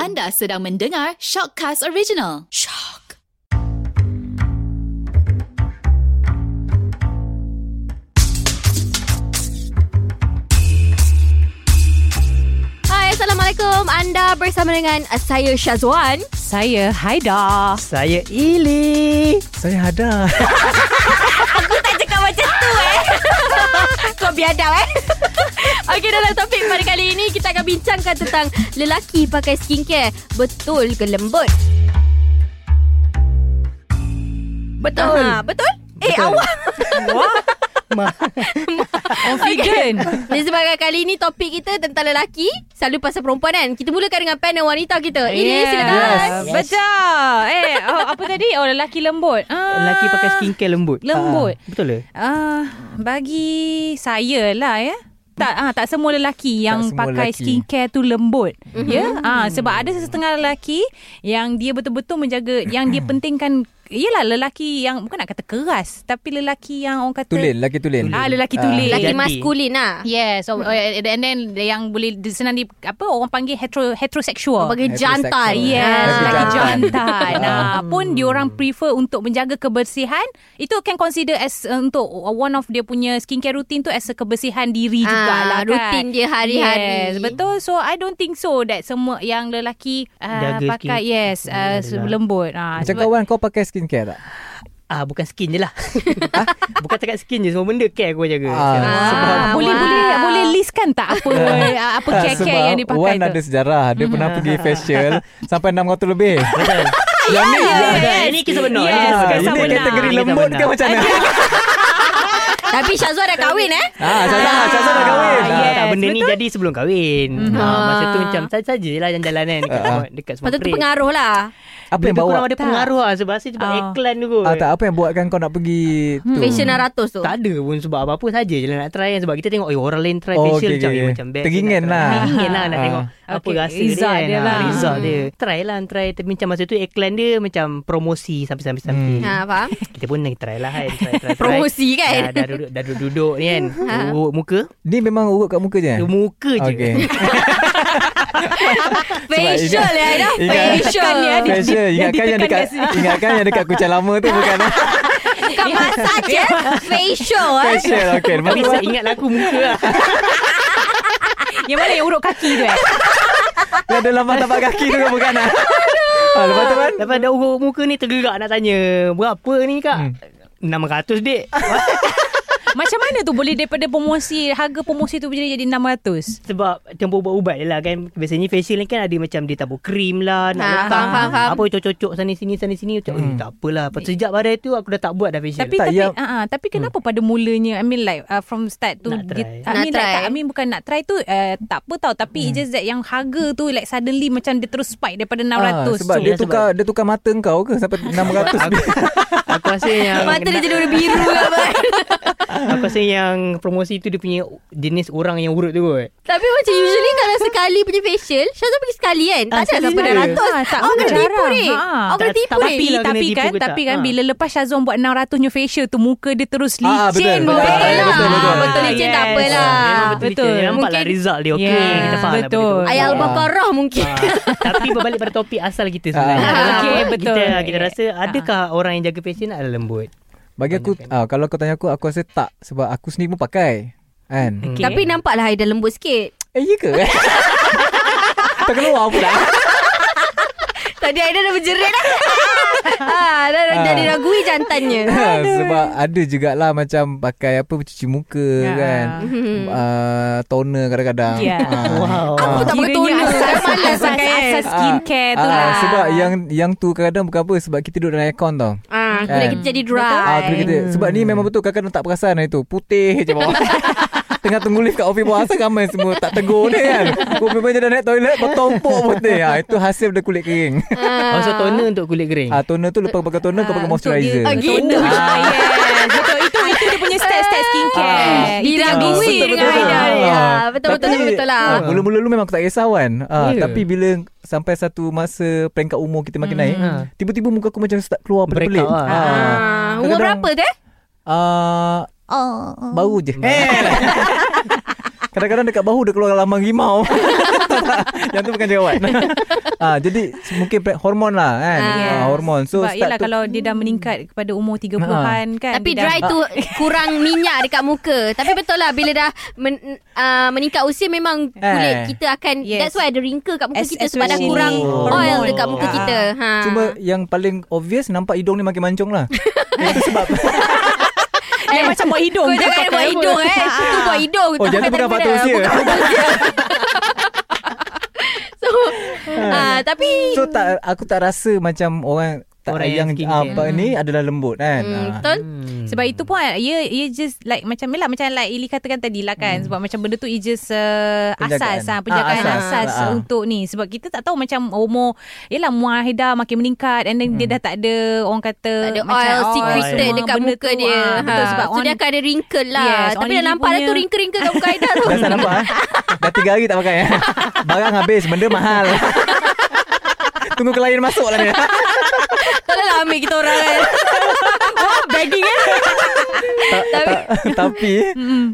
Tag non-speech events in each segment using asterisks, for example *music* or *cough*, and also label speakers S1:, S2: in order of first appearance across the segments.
S1: Anda sedang mendengar Shockcast Original.
S2: Hai, Assalamualaikum. Anda bersama dengan uh, saya Syazwan.
S3: Saya Haida.
S4: Saya Ili. Saya Hada.
S2: Tak cakap macam tu
S3: *laughs*
S2: eh. Kau biadab eh. *laughs* Okey, dalam topik pada kali ini kita akan bincangkan tentang lelaki pakai skincare betul ke lembut?
S4: Betul.
S2: Ha, betul? Eh,
S4: Betul.
S2: awak.
S3: Wah.
S4: Ma-
S3: Confident.
S2: *laughs* Jadi sebagai kali ini topik kita tentang lelaki, selalu pasal perempuan kan. Kita mulakan dengan panel wanita kita. Ini
S3: Yes.
S2: silakan.
S4: Yes.
S3: Betul. Eh, oh, apa tadi? Oh, lelaki lembut. Ah.
S4: Lelaki pakai skincare lembut.
S3: Lembut.
S4: Ah, betul ke?
S3: Ah, bagi saya lah ya. Tak ah tak semua lelaki yang
S4: semua
S3: pakai
S4: lelaki.
S3: skincare tu lembut. Mm-hmm. Ya. Ah sebab ada setengah lelaki yang dia betul-betul menjaga yang dia pentingkan Yelah lelaki yang Bukan nak kata keras Tapi lelaki yang orang kata
S5: Tulen, lelaki tulen.
S3: Ah lelaki
S4: Ah,
S3: tulen
S2: Lelaki
S4: Jadi.
S2: maskulin lah.
S3: Yes, so, oh, and then yang boleh di- senang di apa orang panggil hetero heteroseksual.
S2: Bagi jantan.
S5: Heteroseksual.
S3: Yes,
S5: Lelaki
S3: lagi
S5: jantan.
S2: *laughs*
S3: jantan. nah, pun diorang prefer untuk menjaga kebersihan. Itu can consider as uh, untuk one of dia punya skincare routine tu as a kebersihan diri
S2: Ah,
S3: jugalah kan.
S2: rutin dia hari-hari.
S3: Yes, betul. So I don't think so that semua yang lelaki uh,
S4: Jaga
S3: pakai
S4: skin- lah.
S3: yes, uh,
S4: adalah.
S3: lembut. Ah,
S5: Macam
S3: sebab-
S5: kawan kau pakai skincare tak?
S4: Ah, bukan skin je lah. *laughs* ah, bukan cakap skin je. Semua benda care aku jaga.
S5: Ah.
S4: Sebab
S3: Ah, boleh
S2: Wow.
S3: boleh boleh listkan tak
S4: *laughs*
S3: apa apa care-care yang dipakai
S5: Ah, Wan
S3: tu? Hmm.
S5: ada sejarah. Dia pernah pergi facial sampai 600 lebih.
S3: *laughs*
S5: Betul. Yang ni, yang Ah,
S3: yes.
S4: Ini kisah benar.
S3: Yes,
S4: Ah,
S3: kisah
S4: ini
S3: benar.
S4: kategori
S3: Kisah
S4: lembut ke macam
S3: *laughs*
S5: mana?
S2: Tapi Syazwan dah kahwin eh.
S5: Ah, Syazah, Syazah dah kahwin.
S3: Ah,
S4: Yes,
S3: yes,
S4: tak, benda ni jadi sebelum kahwin. Ha, masa tu macam saja-saja lah jalan-jalan kan dekat,
S5: Ah, ah.
S4: semua- dekat semua
S2: Lepas tu
S4: parade.
S2: pengaruh lah.
S5: Apa
S4: Benda
S5: yang bawa?
S4: kurang ada pengaruh lah sebab saya sebab
S3: Ah.
S4: iklan tu kot.
S5: Ah, tak, apa yang buatkan kau nak pergi
S3: Hmm.
S5: tu?
S2: Fashion 600 tu.
S4: Tak ada pun sebab apa-apa saja je lah nak try kan. Sebab kita tengok eh, orang lain try
S5: Oh,
S4: facial
S5: okay,
S4: macam,
S5: okay.
S4: eh, macam best.
S5: Teringan
S4: Nak try.
S5: lah.
S4: Teringin lah nak
S5: Ah.
S4: tengok apa
S3: Okay,
S4: rasa
S3: result
S4: dia,
S3: dia
S4: kan.
S3: lah.
S4: Ah, Result dia. Try lah try. Tapi macam masa tu iklan dia macam promosi sampai-sampai sampai.
S5: Hmm.
S3: Ah.
S2: Ha, faham?
S4: Kita pun nak try lah kan. Try, try, try.
S2: Promosi kan?
S4: Dah, dah duduk, dah duduk, duduk ni kan.
S3: Ha.
S4: Urut muka.
S5: Ni memang urut kat muka je.
S4: Muka je.
S5: Okay.
S3: *laughs*
S2: Facial
S5: *laughs* Sebab
S2: ya
S4: *laughs*
S2: Aida
S5: ingat-
S2: Facial
S3: Tekan ni, Aida.
S5: Facial.
S3: Yang
S5: Ingatkan yang
S3: ditekan
S5: dekat ingatkan yang dekat kucing lama tu
S3: *laughs*
S5: bukan eh?
S2: Bukan masak *laughs* je eh?
S4: *laughs*
S2: Facial eh
S5: facial. Okey.
S4: Tapi saya ingat lagu muka lah.
S3: Yang mana yang urut kaki tu eh?
S5: Yang ada lambang tapak kaki tu kan bukan ah. Ah, lepas tu kan?
S4: Lepas dah urut muka ni tergerak nak tanya. Berapa ni
S5: Hmm.
S4: kak? 600 dek.
S3: Macam mana tu boleh daripada promosi harga promosi tu jadi jadi 600?
S4: Sebab campur ubat-ubat je lah kan Biasanya facial ni kan ada macam Dia tabur krim lah Nak
S2: Ha,
S4: ha,
S2: faham, faham, faham.
S4: Apa cocok-cocok sana sini sana sini Macam hmm. tak apalah Lepas sejak pada tu aku dah tak buat dah facial
S3: Tapi
S5: Tak,
S3: tapi
S5: Hmm. yang-
S3: uh, tapi kenapa pada mulanya I mean like uh, from start tu
S4: Nak try.
S3: dia- I mean
S2: Nak
S3: like,
S2: try.
S3: tak, I mean bukan nak try tu uh, tak apa tau tapi it's just that yang harga tu like suddenly macam dia terus spike daripada 600
S5: Hmm. Ah, sebab
S3: tu.
S5: dia
S4: Sebab-
S5: tukar dia tukar mata kau ke
S3: *laughs*
S5: sampai 600
S4: Aku rasa yang
S2: Mata dia jadi warna biru lah, ke apa
S4: *laughs* Aku rasa yang promosi tu Dia punya jenis orang yang urut tu kot
S2: Tapi macam usually Kalau sekali punya facial Syazwan pergi sekali kan
S4: Ah,
S2: Tak ada
S4: sekali
S2: sampai dah
S4: je.
S2: ratus
S3: Ah, tak
S2: Awak kena
S3: jarang.
S2: tipu ni
S3: Ha.
S2: Awak kena
S4: Tak-
S2: tipu
S4: tak
S2: ni
S3: tapi
S4: Tapi lah kena
S3: tapi kan
S4: tipu ke
S3: tapi
S4: tak?
S3: kan
S4: Ha.
S3: bila lepas Syazwan buat 600 nya facial tu muka dia terus
S5: Ah,
S3: licin.
S5: betul,
S2: Betul
S5: betul,
S2: lah
S5: betul, betul.
S2: Betul licin tak
S3: Yes.
S2: apalah
S4: Ah, Memang betul,
S3: Betul.
S4: betul. Nampak lah
S3: Mungkin-
S4: result dia Okay
S3: Yeah,
S4: Kita faham lah benda tu.
S3: betul.
S2: Ayat
S4: Ah. *laughs*
S2: Al-Baqarah mungkin
S4: Tapi berbalik pada topik asal kita sebenarnya.
S5: Ah.
S4: Adalah
S3: Okey,
S4: apa?
S3: betul.
S4: Kita, kita rasa adakah orang yang jaga facial adalah lembut?
S5: Bagi aku ah, kalau kau tanya aku aku rasa tak sebab aku sendiri pun pakai.
S3: Hmm.
S5: Kan?
S4: Okay.
S2: Tapi nampaklah Aida lembut sikit
S5: Eh ya ke? *laughs* Terkeluar
S3: *laughs*
S5: pula.
S2: Tadi Aida dah berjerit dah *laughs* Ah, Dah dah
S5: Ah.
S2: jadi ragui jantannya
S5: Sebab ada jugalah macam pakai apa cuci muka
S3: Ya.
S5: kan. Uh, toner kadang-kadang. Ah.
S3: Ya.
S4: Wow.
S2: Aku tak pakai
S3: Kiranya
S2: toner
S3: asas,
S2: Dah malas
S3: asas,
S2: pakai
S3: asas,
S2: eh.
S3: asas skincare tu
S5: Ah,
S3: lah.
S5: Sebab yang yang tu kadang-kadang bukan apa sebab kita duduk dalam aircon tau.
S2: Ah, Kulit
S5: Kan.
S2: kita jadi
S5: Ah, kulit
S2: dry
S5: kita. Sebab ni memang betul kadang-kadang tak perasan hari tu. Putih je bawah. Tengah tunggu lift kat office bawah asal ramai semua tak tegur ni kan. Kopi pun je dah naik toilet bertumpuk putih. Ha, itu hasil daripada kulit kering.
S4: Oh, so toner untuk kulit kering.
S5: Ah, toner tu lepas pakai toner kau pakai
S3: Untuk dia-
S5: moisturizer.
S2: Ah, gitu.
S3: Toner. Ah, yes. Betul. Itu itu dia punya step-step skincare.
S2: Ah,
S3: Itu yang
S2: diragui
S3: betul,
S2: dengan
S3: betul.
S2: Aida ni.
S5: Ah.
S2: Ah, betul, betul,
S5: Tapi,
S2: betul, betul lah.
S5: ah, Mula-mula dulu memang aku tak kisah kan ah,
S4: Ya.
S5: Tapi bila Sampai satu masa Peringkat umur kita makin naik
S4: Ah.
S5: Tiba-tiba muka aku macam Start keluar
S4: Break
S5: pelik-pelik
S4: out lah.
S2: Ah, umur
S5: Kadang-kadang-
S3: Oh,
S2: berapa tu eh?
S5: Ah, Baru je eh. *laughs* Kadang-kadang dekat bahu dia keluar lambang rimau. Yang tu bukan jerawat. ah, jadi mungkin pla- hormon lah kan.
S2: Ah,
S5: Ah,
S3: yes.
S5: hormon. So
S3: Sebab yelah
S5: start tu Ah.
S3: kalau dia dah meningkat kepada umur 30-an kan.
S2: Tapi
S3: dia
S2: dry
S3: dah- *laughs*
S2: tu kurang minyak dekat muka. Tapi betul lah bila dah men, uh, meningkat usia memang kulit
S5: Eh.
S2: kita akan yes.
S3: Yes.
S2: that's why ada ringka kat muka
S3: Es-
S2: kita sebab dah
S3: especially
S2: kurang
S5: hormon.
S2: oil dekat muka
S3: Ah.
S2: kita. Ha.
S5: Cuma yang paling obvious nampak hidung ni makin
S3: *laughs*
S5: mancung lah. Itu sebab.
S3: Dia macam Eh. buat hidung.
S2: Kau
S3: ke
S2: jangan
S3: pakai
S2: buat
S3: apa.
S2: hidung eh. Tu buat hidung.
S5: Oh,
S2: Tak
S5: jadi
S2: pakai
S5: bukan
S2: tak
S5: patut
S2: guna.
S5: usia.
S2: Bukan patut usia. *laughs* So, ah, tapi
S5: so tak aku tak rasa macam orang tak
S4: Orang
S5: yang,
S4: yang
S5: yang
S4: skincare.
S5: apa ni adalah lembut kan.
S2: hmm,
S5: Ah.
S2: betul.
S3: Sebab itu pun ia ia just like macam lah macam like Ili katakan tadi lah kan hmm. sebab macam benda tu ia just uh,
S5: Penjagaan.
S3: asas ha, penjagaan
S5: Ah,
S3: ha,
S5: asas.
S3: asas,
S5: Ah, ah.
S3: untuk ni sebab kita tak tahu macam umur yalah muahidah makin meningkat and then hmm. dia dah tak ada orang kata
S2: Tak ada
S3: macam
S2: oil secreted
S3: semua
S2: dekat
S3: benda
S2: muka
S3: tu,
S2: dia.
S3: ah, betul
S2: Ha.
S3: sebab
S2: so, dia
S3: orang *laughs*
S2: akan ada wrinkle lah.
S3: Yes,
S2: Tapi
S3: on
S2: dah
S3: Lily
S2: nampak dah tu
S3: punya-
S2: wrinkle-wrinkle kat muka Aida tu.
S5: Dah tak nampak eh? Dah tiga hari tak pakai
S3: *laughs*
S5: eh? Barang habis, benda mahal. *laughs* Tunggu klien masuk lah ni.
S2: Tak lah ambil kita orang *laughs* kan. Wah, bagging eh.
S5: Ta- ta- *laughs* tapi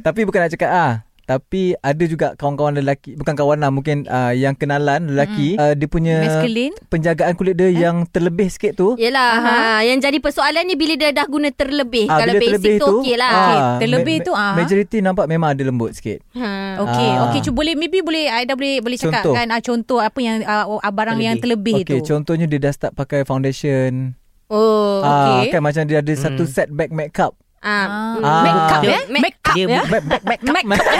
S5: tapi bukan nak cakap ah tapi ada juga kawan-kawan lelaki bukan kawan lah mungkin uh, yang kenalan lelaki uh, dia punya
S3: Masculine?
S5: penjagaan kulit dia yang terlebih sikit tu
S2: Yelah ha, Yang jadi persoalannya Bila dia dah guna terlebih
S5: Ah,
S2: Kalau
S5: bila
S2: basic
S5: terlebih
S2: tu okey lah
S5: ah,
S2: okay.
S3: terlebih tu, ah.
S5: majority nampak memang ada lembut sikit
S2: ha.
S3: *laughs* Okey,
S5: Ah.
S3: okey cuba boleh maybe boleh Aida boleh boleh cakap
S5: Contoh.
S3: kan ah, contoh apa yang ah, oh, ah, barang yang terlebih
S5: Okey,
S3: tu.
S5: contohnya dia dah start pakai foundation
S2: Oh
S5: Ah,
S3: okey.
S5: kan macam dia ada satu set back makeup
S2: ah.
S5: Ah.
S2: Make up
S3: eh?
S2: Make up
S4: Dia
S3: Ya?
S5: back back back makeup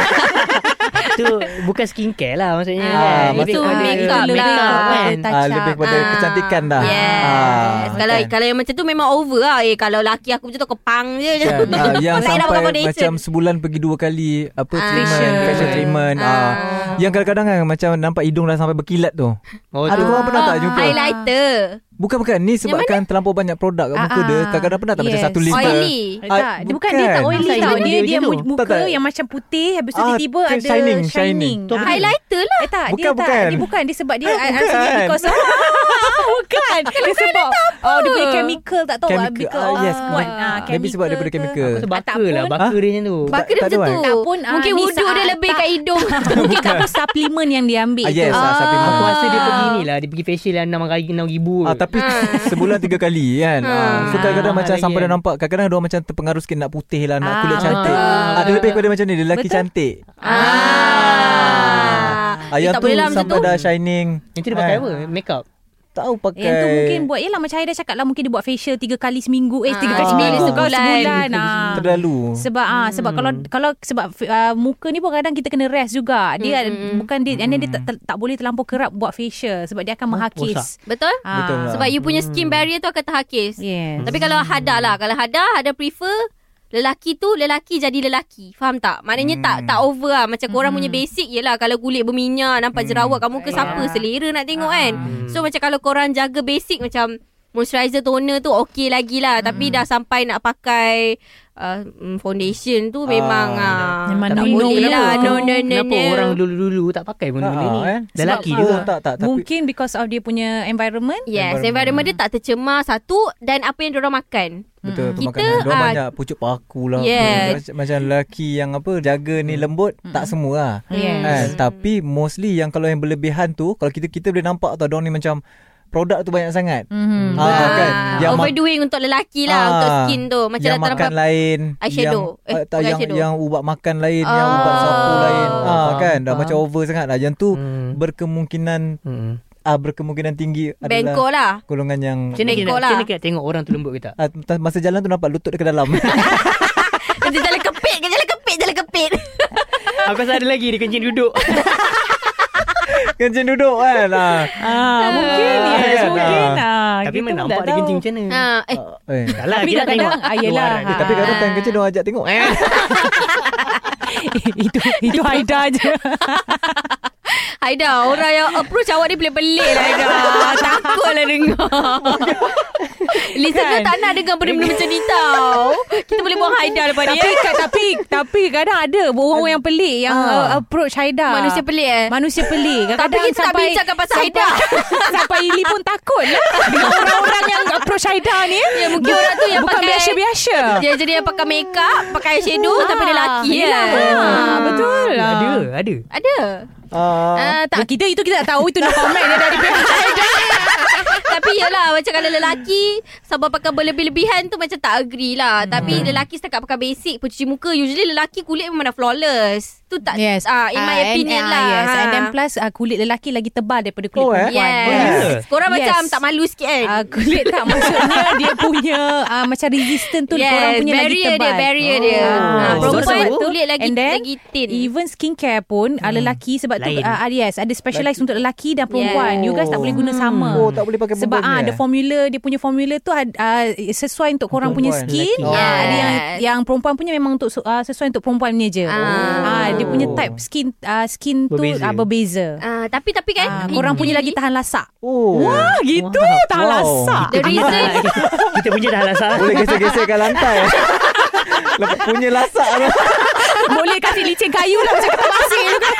S4: tu bukan skincare lah maksudnya.
S2: Ah,
S4: kan.
S5: itu
S4: Lebih kepada
S2: make up
S4: make
S2: lah.
S4: up kan.
S3: *laughs* Touch
S5: ah,
S3: up.
S5: lebih kepada
S2: Ah.
S5: kecantikan dah
S2: Yes
S5: Ah,
S2: Kalau
S5: kan?
S2: kalau yang macam tu Memang over lah Eh kalau laki aku macam tu Kepang *laughs* je macam
S5: Kan?
S2: tu.
S5: Ah, yang
S2: Tak payah nak
S5: sampai
S2: pakai foundation.
S5: macam sebulan pergi dua kali apa
S2: Ah.
S5: treatment,
S3: Facial.
S5: facial treatment. Ah.
S2: Ah.
S5: Yang kadang-kadang kan macam nampak hidung dah sampai berkilat tu.
S4: Oh,
S5: Ada
S4: tu.
S5: korang pernah
S2: Ah,
S5: tak jumpa?
S2: Highlighter
S5: Bukan bukan ni sebabkan terlampau banyak produk kat muka
S3: Ah,
S5: dia.
S3: ah.
S5: Kadang-kadang pernah tak macam
S3: Yes.
S5: satu lima.
S2: Oily
S3: Eh, Tak,
S5: Ah,
S3: dia bukan dia tak oily
S4: Bukan.
S3: tau.
S4: Dia
S3: Dia dia
S4: macam tu.
S3: muka
S5: Tak, tak.
S3: yang macam putih habis tu
S5: Ah,
S3: tiba-tiba
S5: tu
S3: ada
S5: shining,
S3: shining.
S5: shining.
S4: Tu apa
S3: Ah.
S4: dia?
S2: Highlighter lah
S3: Eh tak,
S5: Bukan,
S3: dia
S5: bukan.
S3: tak. Dia bukan, dia sebab dia
S5: bukan.
S3: bukan. because *laughs* ah, bukan. Dia sebab oh dia punya chemical tak tahu
S5: Chemical.
S3: chemical.
S5: Ah, yes.
S3: buat
S5: Maybe-
S3: ah,
S5: maybe sebab daripada
S3: ke.
S5: chemical.
S4: Tu bakar
S3: Ataupun-
S4: lah. Bakar dia macam tu.
S2: Bakar
S5: tak
S2: dia macam
S5: ada,
S2: tu
S5: eh?
S3: Tak pun, ah,
S2: Mungkin
S3: ni
S2: wuduk dia
S3: saat-
S2: lebih
S3: tak-
S2: kat hidung
S3: *laughs* Mungkin tak pun suplemen yang dia ambil
S5: Ah, yes,
S3: tu.
S5: ah, supplement.
S4: Aku rasa dia pergi ni lah. Dia pergi facial lah RM6,000.
S5: Ah, tapi *laughs* sebulan tiga kali kan. Ah. So kadang-kadang
S4: Ah,
S5: macam
S4: lagi
S5: sampai
S4: kan.
S5: dah nampak kadang-kadang dia macam terpengaruh sikit nak putih lah, nak
S3: Ah,
S5: kulit cantik.
S4: betul.
S5: Ada lebih kepada macam ni, dia lelaki
S3: Betul.
S5: cantik.
S2: Ah, Eh,
S5: Ah, yang
S2: tak
S5: tu
S2: boleh lah macam
S5: sampai
S2: tu.
S5: dah shining.
S4: Itu dia pakai
S5: Ah,
S4: apa? Makeup.
S5: Tahu pakai.
S3: Yang tu mungkin buat Yelah macam Haida cakap lah Mungkin dia buat facial Tiga kali seminggu Eh
S2: Ah,
S3: tiga kali seminggu
S2: sekali
S3: kau
S2: sebulan.
S3: Sebulan ah.
S5: terlalu.
S3: Sebab ah sebab kalau kalau sebab uh, muka ni pun kadang kita kena rest juga. Dia
S2: Mm-mm.
S3: bukan dia and then dia tak, tak, tak boleh terlampau kerap buat facial sebab dia akan menghakis.
S2: Betul?
S3: Ah.
S5: Betul lah.
S2: Sebab you punya skin barrier tu akan terhakis
S3: Yes.
S2: Tapi kalau Hada lah Kalau Hada Hada prefer Lelaki tu Lelaki jadi lelaki Faham tak? Maknanya
S4: Hmm.
S2: tak tak over lah Macam korang punya basic Yelah kalau kulit berminyak
S4: Hmm.
S2: Nampak jerawat kat muka Siapa selera nak tengok kan So macam kalau korang jaga basic Macam Moisturizer toner tu Okey lagi lah
S4: Hmm.
S2: Tapi dah sampai nak pakai uh, mm, Foundation tu Memang ah,
S3: Memang
S2: Tak
S3: no, no,
S2: boleh
S3: no.
S2: lah No no no
S4: ya. Kenapa
S2: no.
S4: orang dulu-dulu tak pakai pun benda ni?
S5: Ah, eh.
S4: Dah lelaki
S5: Sebab-
S4: juga.
S5: Oh, tak, tak. Tapi,
S3: Mungkin because of dia punya environment.
S2: Yes,
S5: Environment.
S2: environment dia tak tercemar satu dan apa yang diorang makan.
S5: Betul
S2: Kita,
S5: mm. pemakanan Diorang
S2: ah,
S5: banyak pucuk paku lah
S2: Yeah.
S5: Macam- Macam lelaki yang apa Jaga ni lembut Tak semua lah
S4: Hmm.
S3: Yes.
S5: kan? Tapi mostly yang kalau yang berlebihan tu Kalau kita kita boleh nampak tau Diorang ni macam Produk tu banyak sangat
S3: Mhm.
S2: Hmm.
S5: Ah, kan?
S2: Yang
S5: Yang mak-
S2: overdoing untuk lelaki lah
S5: Ah,
S2: untuk skin tu. Macam
S5: yang
S2: dah terlampau
S5: makan lain
S2: eyeshadow.
S5: yang,
S2: Eh,
S5: eh, tak,
S2: bukan
S5: yang,
S2: eyeshadow.
S5: yang ubat makan lain Yang ubat sapu
S2: Oh.
S5: lain ah, Kan Dah
S4: Faham.
S5: macam over sangat lah Yang tu
S4: Hmm.
S5: Berkemungkinan
S4: Hmm.
S5: ah, Berkemungkinan tinggi
S2: bengkok
S5: Adalah
S2: lah.
S5: Golongan yang
S4: Macam mana kita
S2: Bengkok
S4: nak-
S2: lah.
S4: macam mana kita nak tengok orang tu lembut ke tak?
S5: ah, Masa jalan tu nampak lutut dia ke dalam *laughs* Kan
S2: Dia jalan kepit ke jalan kepit jalan kepit.
S4: Aku rasa Ah, ada lagi dia kencing duduk.
S5: Kencing duduk kan ah.
S3: Ah, mungkin
S5: Ah,
S3: yes,
S5: kan?
S3: mungkin. Ah,
S4: Tapi
S3: kita
S4: mana
S3: pun
S4: nampak
S3: tak
S4: dia
S3: tahu.
S4: kencing
S3: *laughs*
S4: macam mana?
S2: ha, eh,
S5: Eh.
S4: Tak lah,
S3: Tapi
S4: kita nak tengok.
S3: kadang-kadang, ah, yelah.
S4: luaran dia.
S5: Tapi kadang time kerja dia orang ajak tengok
S2: *laughs*
S5: eh.
S3: itu itu Haida je.
S2: Haida, orang yang approach awak ni pelik-pelik lah Haida. Takutlah lah dengar. Listener tak nak dengar benda-benda macam ni tau. Kita boleh buang Haida lepas ni.
S3: Tapi
S2: eh.
S3: ka- tapi tapi kadang ada orang-orang yang pelik yang
S5: Ah.
S3: uh, approach Haida.
S2: Manusia pelik eh.
S3: Manusia pelik.
S2: Tapi
S3: Kadang-kadang
S2: kita tak
S3: sampai,
S2: bincangkan pasal
S3: sampai-
S2: Haida.
S3: *laughs* Sampai Ili pun takut lah dengan orang-orang yang approach Haida ni.
S2: Ya, mungkin orang tu yang
S3: Bukan
S2: pakai-
S3: biasa-biasa.
S2: Dia jadi yang pakai make up, pakai shadow
S3: Ah,
S2: tapi dia lelaki ya.
S3: yelah. Ah, betul lah.
S4: Ada, ada.
S2: Ada. Ah,
S5: Ah.
S3: Tak, kita itu kita tak tahu itu no comment dia dari pihak Haida.
S2: *laughs* Tapi yelah Macam kalau lelaki Sabar pakai berlebih-lebihan tu Macam tak agree lah hmm. Tapi lelaki setakat pakai basic Pencuci muka Usually lelaki kulit memang dah flawless Tu tak
S3: Yes.
S2: ah, In my
S3: Ah,
S2: opinion
S3: and, ah,
S2: lah
S3: Yes.
S2: Ha.
S3: And then plus uh, kulit lelaki lagi tebal daripada kulit
S5: Oh, eh?
S3: perempuan.
S2: Yes.
S4: Yeah.
S2: Korang
S3: Yes.
S2: macam tak malu sikit kan
S3: Uh, kulit tak maksudnya dia punya uh, macam resistant
S2: *laughs*
S3: tu yes, korang punya lagi
S2: barrier
S3: tebal.
S2: dia, barrier dia.
S3: Ah,
S2: Ah, perempuan
S3: sebab tu-
S2: kulit lagi-
S3: and then,
S2: lagi thin.
S3: Even skincare pun hmm. lelaki sebab
S4: Lain.
S3: tu uh, yes ada specialized untuk lelaki dan perempuan.
S5: Yes.
S3: You guys tak boleh guna sama.
S5: Ah. Oh, tak boleh pakai
S3: sebab
S5: perempuan
S3: ah
S5: ni,
S3: ada
S5: eh?
S3: formula dia punya formula tu ad- ah, sesuai untuk korang punya
S5: Perempuan,
S3: skin.
S4: lelaki.
S3: Ah, ada
S2: Yes.
S3: yang yang perempuan punya memang untuk uh, sesuai untuk perempuan punya je. Ah.
S2: Ah.
S3: dia punya type skin uh, skin
S4: Berbeza.
S3: tu uh, berbeza.
S2: Ah, Tapi tapi kan
S3: Ah, korang punya lagi tahan lasak.
S5: Oh.
S3: Wah, gitu tahan
S5: Wow.
S3: lasak.
S2: The reason
S4: *laughs* Kita punya dah lah, alasan.
S5: Boleh geser-geserkan
S3: *laughs*
S5: lantai. Lepas punya lasak tu.
S3: *laughs* Boleh kasih licin kayu lah macam kata pasir tu kan.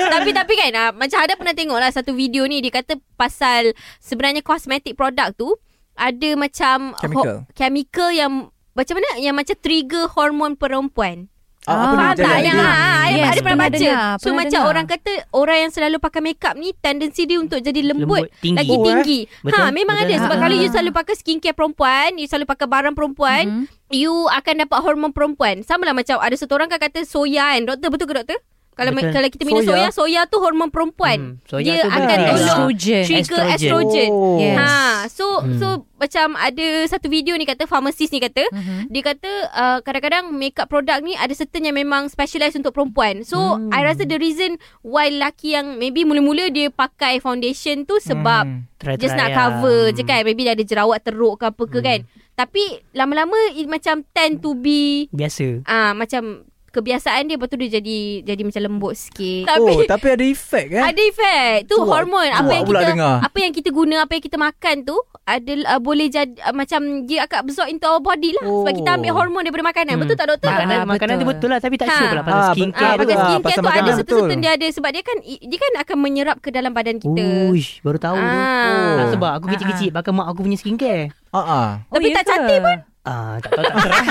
S2: *laughs* Tapi tapi kan ah, Macam ada pernah tengok lah Satu video ni Dia kata pasal Sebenarnya kosmetik produk tu Ada macam
S5: Chemical.
S2: Chemical yang Macam mana Yang macam trigger Hormon perempuan
S5: Ah,
S3: Ah,
S5: ni
S2: Faham
S5: jalan
S2: tak
S5: dia?
S2: yang ha,
S3: Yes,
S2: yes, ada pernah
S3: pernah
S2: baca
S3: dengar,
S2: So
S3: pernah
S2: macam
S3: dengar.
S2: orang kata Orang yang selalu pakai makeup ni Tendensi dia untuk jadi lembut,
S4: Lembut, tinggi.
S2: Lagi
S4: Oh, eh.
S2: tinggi
S4: Betul,
S2: ha, Memang
S4: betul.
S2: ada Sebab
S3: Ah.
S2: kalau you selalu pakai skincare perempuan You selalu pakai barang perempuan
S3: Mhm.
S2: You akan dapat hormon perempuan Sama lah macam Ada satu orang kan kata soya kan Doktor betul ke doktor? Kalau
S4: Betul.
S2: kalau kita minum soya,
S5: Soya.
S2: soya tu hormon perempuan.
S4: Hmm, soya
S2: dia
S4: tu
S2: akan
S4: betul.
S2: tolong
S3: Estrogen.
S2: trigger
S4: Estrogen.
S2: estrogen.
S5: Oh.
S3: Yes.
S2: Ha, so so macam ada satu video ni kata pharmacist ni kata
S3: Mhm.
S2: dia kata uh, kadang-kadang makeup product ni ada certain yang memang specialized untuk perempuan. So I rasa the reason why lelaki yang maybe mula-mula dia pakai foundation tu sebab
S5: Hmm.
S4: Try-try
S2: Just nak
S4: lah.
S2: cover je
S4: Hmm.
S2: kan Maybe dia ada jerawat teruk ke apa ke kan Tapi lama-lama it macam tend to be
S4: Biasa.
S2: ah macam kebiasaan dia lepas tu dia jadi jadi macam lembut sikit.
S5: Oh,
S2: Tapi
S5: tapi ada efek kan?
S2: ada efek tu
S5: Cuak-
S2: hormon apa
S5: cuak
S2: yang
S5: pula
S2: kita
S5: dengar.
S2: apa yang kita guna apa yang kita makan tu ada uh, boleh jadi uh, macam dia akan absorb into our body lah oh. sebab
S5: Oh.
S2: kita ambil hormon daripada makanan.
S4: Hmm.
S2: Betul tak doktor?
S4: Makanan,
S3: Ah,
S4: makanan
S3: betul.
S4: tu betul lah tapi tak
S2: Ha.
S4: sure pula pasal
S5: Ah,
S4: skincare
S2: Ah,
S5: betul
S2: pakai
S5: lah.
S4: tu.
S2: skincare
S5: pasal
S2: tu ada
S5: makanan,
S2: certain-certain
S5: betul. Oh,
S2: dia ada sebab dia kan i- dia kan akan menyerap ke dalam badan
S5: ya,
S2: kita.
S4: Uish, baru tahu tu.
S2: Ah.
S4: Ah, sebab aku kecil-kecil pakai mak aku punya skincare.
S5: Ah, ah.
S2: Tapi
S3: ya
S2: tak
S3: ke?
S2: cantik pun.
S4: Ah, tak tahu tak terang.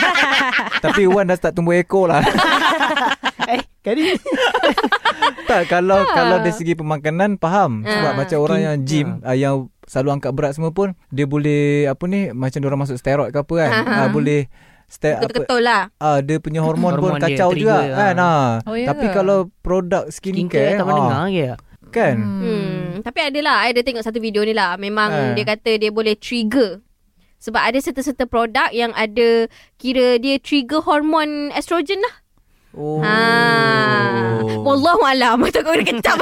S5: Tapi Wan dah start tumbuh ekor lah.
S4: *laughs* eh, kali ni.
S5: tak, kalau kalau dari segi pemakanan faham. Sebab
S2: Ah.
S5: macam orang yang gym,
S4: Ha.
S5: ah, yang selalu angkat berat semua pun, dia boleh apa ni, macam orang masuk steroid ke apa kan. Ah, boleh ste- apa,
S2: Ketul-ketul lah.
S5: ah, dia punya hormon, pun
S4: Hormon dia,
S5: kacau
S4: trigger,
S5: juga
S4: ah.
S5: kan. Ah.
S3: Oh, ya
S5: Tapi
S3: ke?
S5: kalau produk
S4: Skincare
S5: skincare,
S4: tak pernah dengar
S5: ah,
S4: ke?
S5: kan?
S2: Hmm. Tapi ada lah I ada tengok satu video ni lah Memang
S5: Eh.
S2: dia kata Dia boleh trigger Sebab ada serta-serta produk Yang ada Kira dia trigger hormon Estrogen lah
S5: Oh.
S2: Ah, Wallahualam *laughs* Takut kena kecap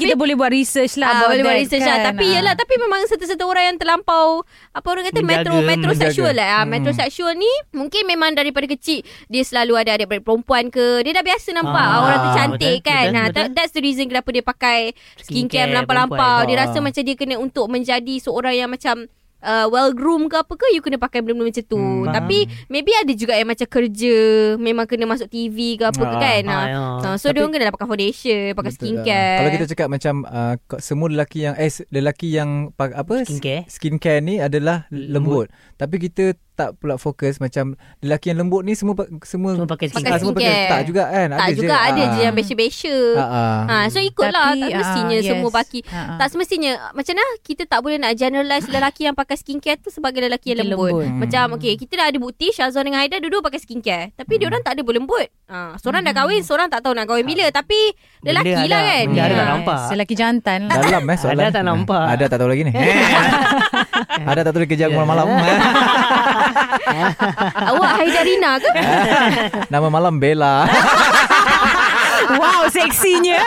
S2: Tapi-
S3: kita boleh buat research
S2: Ah,
S3: lah about
S2: Boleh buat
S3: that,
S2: research
S3: kan?
S2: lah Tapi
S3: Ah.
S2: yelah Tapi memang serta-serta orang yang terlampau Apa orang kata
S4: Menjaga,
S2: metro, Metrosexual
S5: menjaga.
S2: lah ah,
S5: Hmm.
S2: Metrosexual ni Mungkin memang daripada kecil Dia selalu ada adik-adik perempuan ke Dia dah biasa nampak ah,
S4: Ah,
S2: Orang tu cantik
S4: betul,
S2: kan
S4: betul,
S2: Ah,
S4: betul.
S2: that- That's the reason kenapa dia pakai skincare melampau-lampau. Dia rasa macam dia kena untuk menjadi seorang yang macam uh, well groom ke apa ke you kena pakai benda-benda macam tu.
S5: Hmm,
S2: Hmm,
S4: faham.
S2: Tapi maybe ada juga yang macam kerja memang kena masuk TV ke apa ke
S5: Ah,
S2: kan.
S4: ah,
S2: Ah,
S4: ya.
S2: ah, so dia orang kena pakai foundation, pakai
S5: Betul lah.
S2: skincare.
S5: Kalau kita cakap macam uh, ko- semua lelaki yang eh s- lelaki yang pak- apa s-
S4: Skincare.
S5: skincare ni adalah lembut. Tapi kita tak pula fokus macam lelaki yang lembut ni semua pa- semua
S4: Semua
S2: pakai
S4: pakai
S5: ah,
S4: skincare.
S5: semua pakai
S2: skincare.
S5: tak juga kan?
S2: tak juga ada je yang besya-besya.
S5: Ha ah.
S2: Ha, so ikutlah tak mestinya
S3: ah,
S2: semua baki.
S3: Ah, ah.
S2: Tak semestinya Macam mana Kita tak boleh nak generalize Lelaki yang pakai skincare tu Sebagai lelaki yang
S3: Dia
S2: lembut,
S3: lembut.
S2: lembut. Macam okay Kita dah ada bukti Syazwan dengan Haida Dua-dua pakai skincare Tapi hmm. diorang tak ada berlembut ha, Seorang hmm. dah kahwin Seorang tak tahu nak kahwin bila Tapi
S4: Benda
S2: Lelaki
S4: ada.
S2: lah kan
S4: Benda ada tak
S2: Ha.
S4: nampak.
S3: Selaki jantan lah.
S5: Dalam eh soalan.
S4: Ada tak nampak.
S5: Ada tak tahu lagi
S2: *laughs*
S5: ni. Eh. ada tak tahu dia kerja aku malam-malam.
S2: Ya.
S5: Eh.
S2: Awak Haida Rina ke? *laughs*
S5: Nama malam Bella.
S3: *laughs* Wow, seksinya.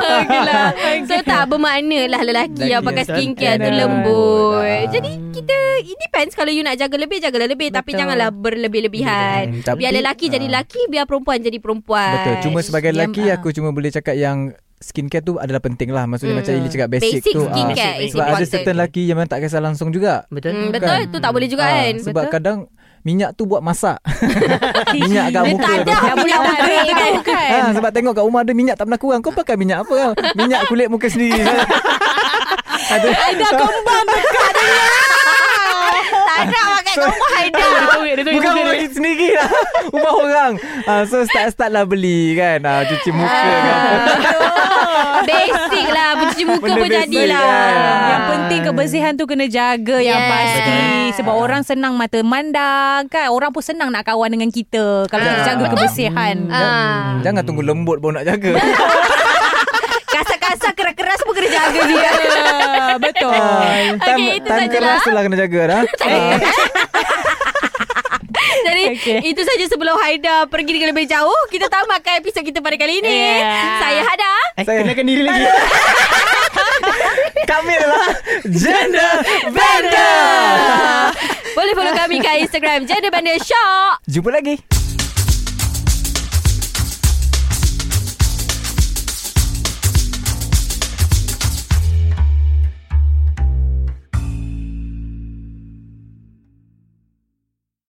S2: Okay lah. So tak bermakna lah lelaki yang pakai skincare tu lembut.
S5: Ah.
S2: Jadi kita it depends kalau you nak jaga lebih jagalah lebih tapi
S4: Betul.
S2: janganlah berlebih-lebihan.
S5: Hmm, tapi-
S2: biar lelaki jadi lelaki, biar perempuan jadi perempuan.
S5: Betul. Cuma sebagai
S3: Diam,
S5: lelaki
S3: ah.
S5: aku cuma boleh cakap yang skincare tu adalah penting lah. Maksudnya
S2: Hmm.
S5: macam Ili cakap basic,
S2: Basic
S5: tu. ah.
S2: skincare is
S5: sebab ada
S2: important.
S5: certain lelaki yang memang tak kisah langsung juga.
S4: Betul?
S2: Hmm, betul tu tak boleh juga
S5: kan? Ah,
S2: kan.
S5: Sebab
S2: Betul?
S5: kadang minyak tu buat
S2: *laughs*
S5: masak. *laughs* *laughs* minyak kat muka.
S2: tak
S5: *laughs* tu.
S2: ada minyak muka kan.
S5: Ha, sebab tengok kat rumah ada minyak tak pernah kurang. Kau pakai minyak apa? kau? Minyak kulit muka sendiri.
S2: *laughs*
S5: ada
S2: Ada kembang dekat dia. Tak nak pakai kembang
S4: *laughs*
S2: Haida.
S4: Dia tarik, dia tarik
S5: Bukan
S4: muka
S5: rumah
S4: dia.
S5: kita sendiri lah *laughs* Rumah orang ha, So start-start lah beli kan ha, Cuci muka kan
S2: Ah, Basic lah Pencuci muka
S5: Benda
S2: pun
S5: basic
S2: jadilah
S5: kan.
S3: Yang penting kebersihan tu kena jaga yang
S2: Yes.
S3: pasti sebab
S5: Betul.
S3: orang senang mata mandang kan orang pun senang nak kawan dengan kita kalau kita
S5: Ah.
S3: jaga
S5: Betul.
S3: kebersihan.
S2: Ah,
S5: Hmm, Jangan tunggu lembut baru nak jaga
S2: Kasar-kasar lah keras-keras pun kena jaga juga
S5: *laughs*
S3: Ah, Betul.
S5: ha, Time,
S2: Okay, itu
S5: time
S2: sajalah.
S5: keras tu lah kena jaga
S2: *laughs*
S5: dah ha,
S2: Jadi
S3: Okey.
S2: itu saja sebelum Haida pergi dengan lebih jauh Kita tamatkan episod kita pada kali ini
S3: Yeah.
S2: Saya Hada
S4: Eh,
S5: Saya-
S4: kenakan diri
S5: *laughs*
S4: lagi.
S5: Kami adalah Gender Bender
S2: Boleh follow kami kat Instagram Gender Bandar Shock
S5: Jumpa lagi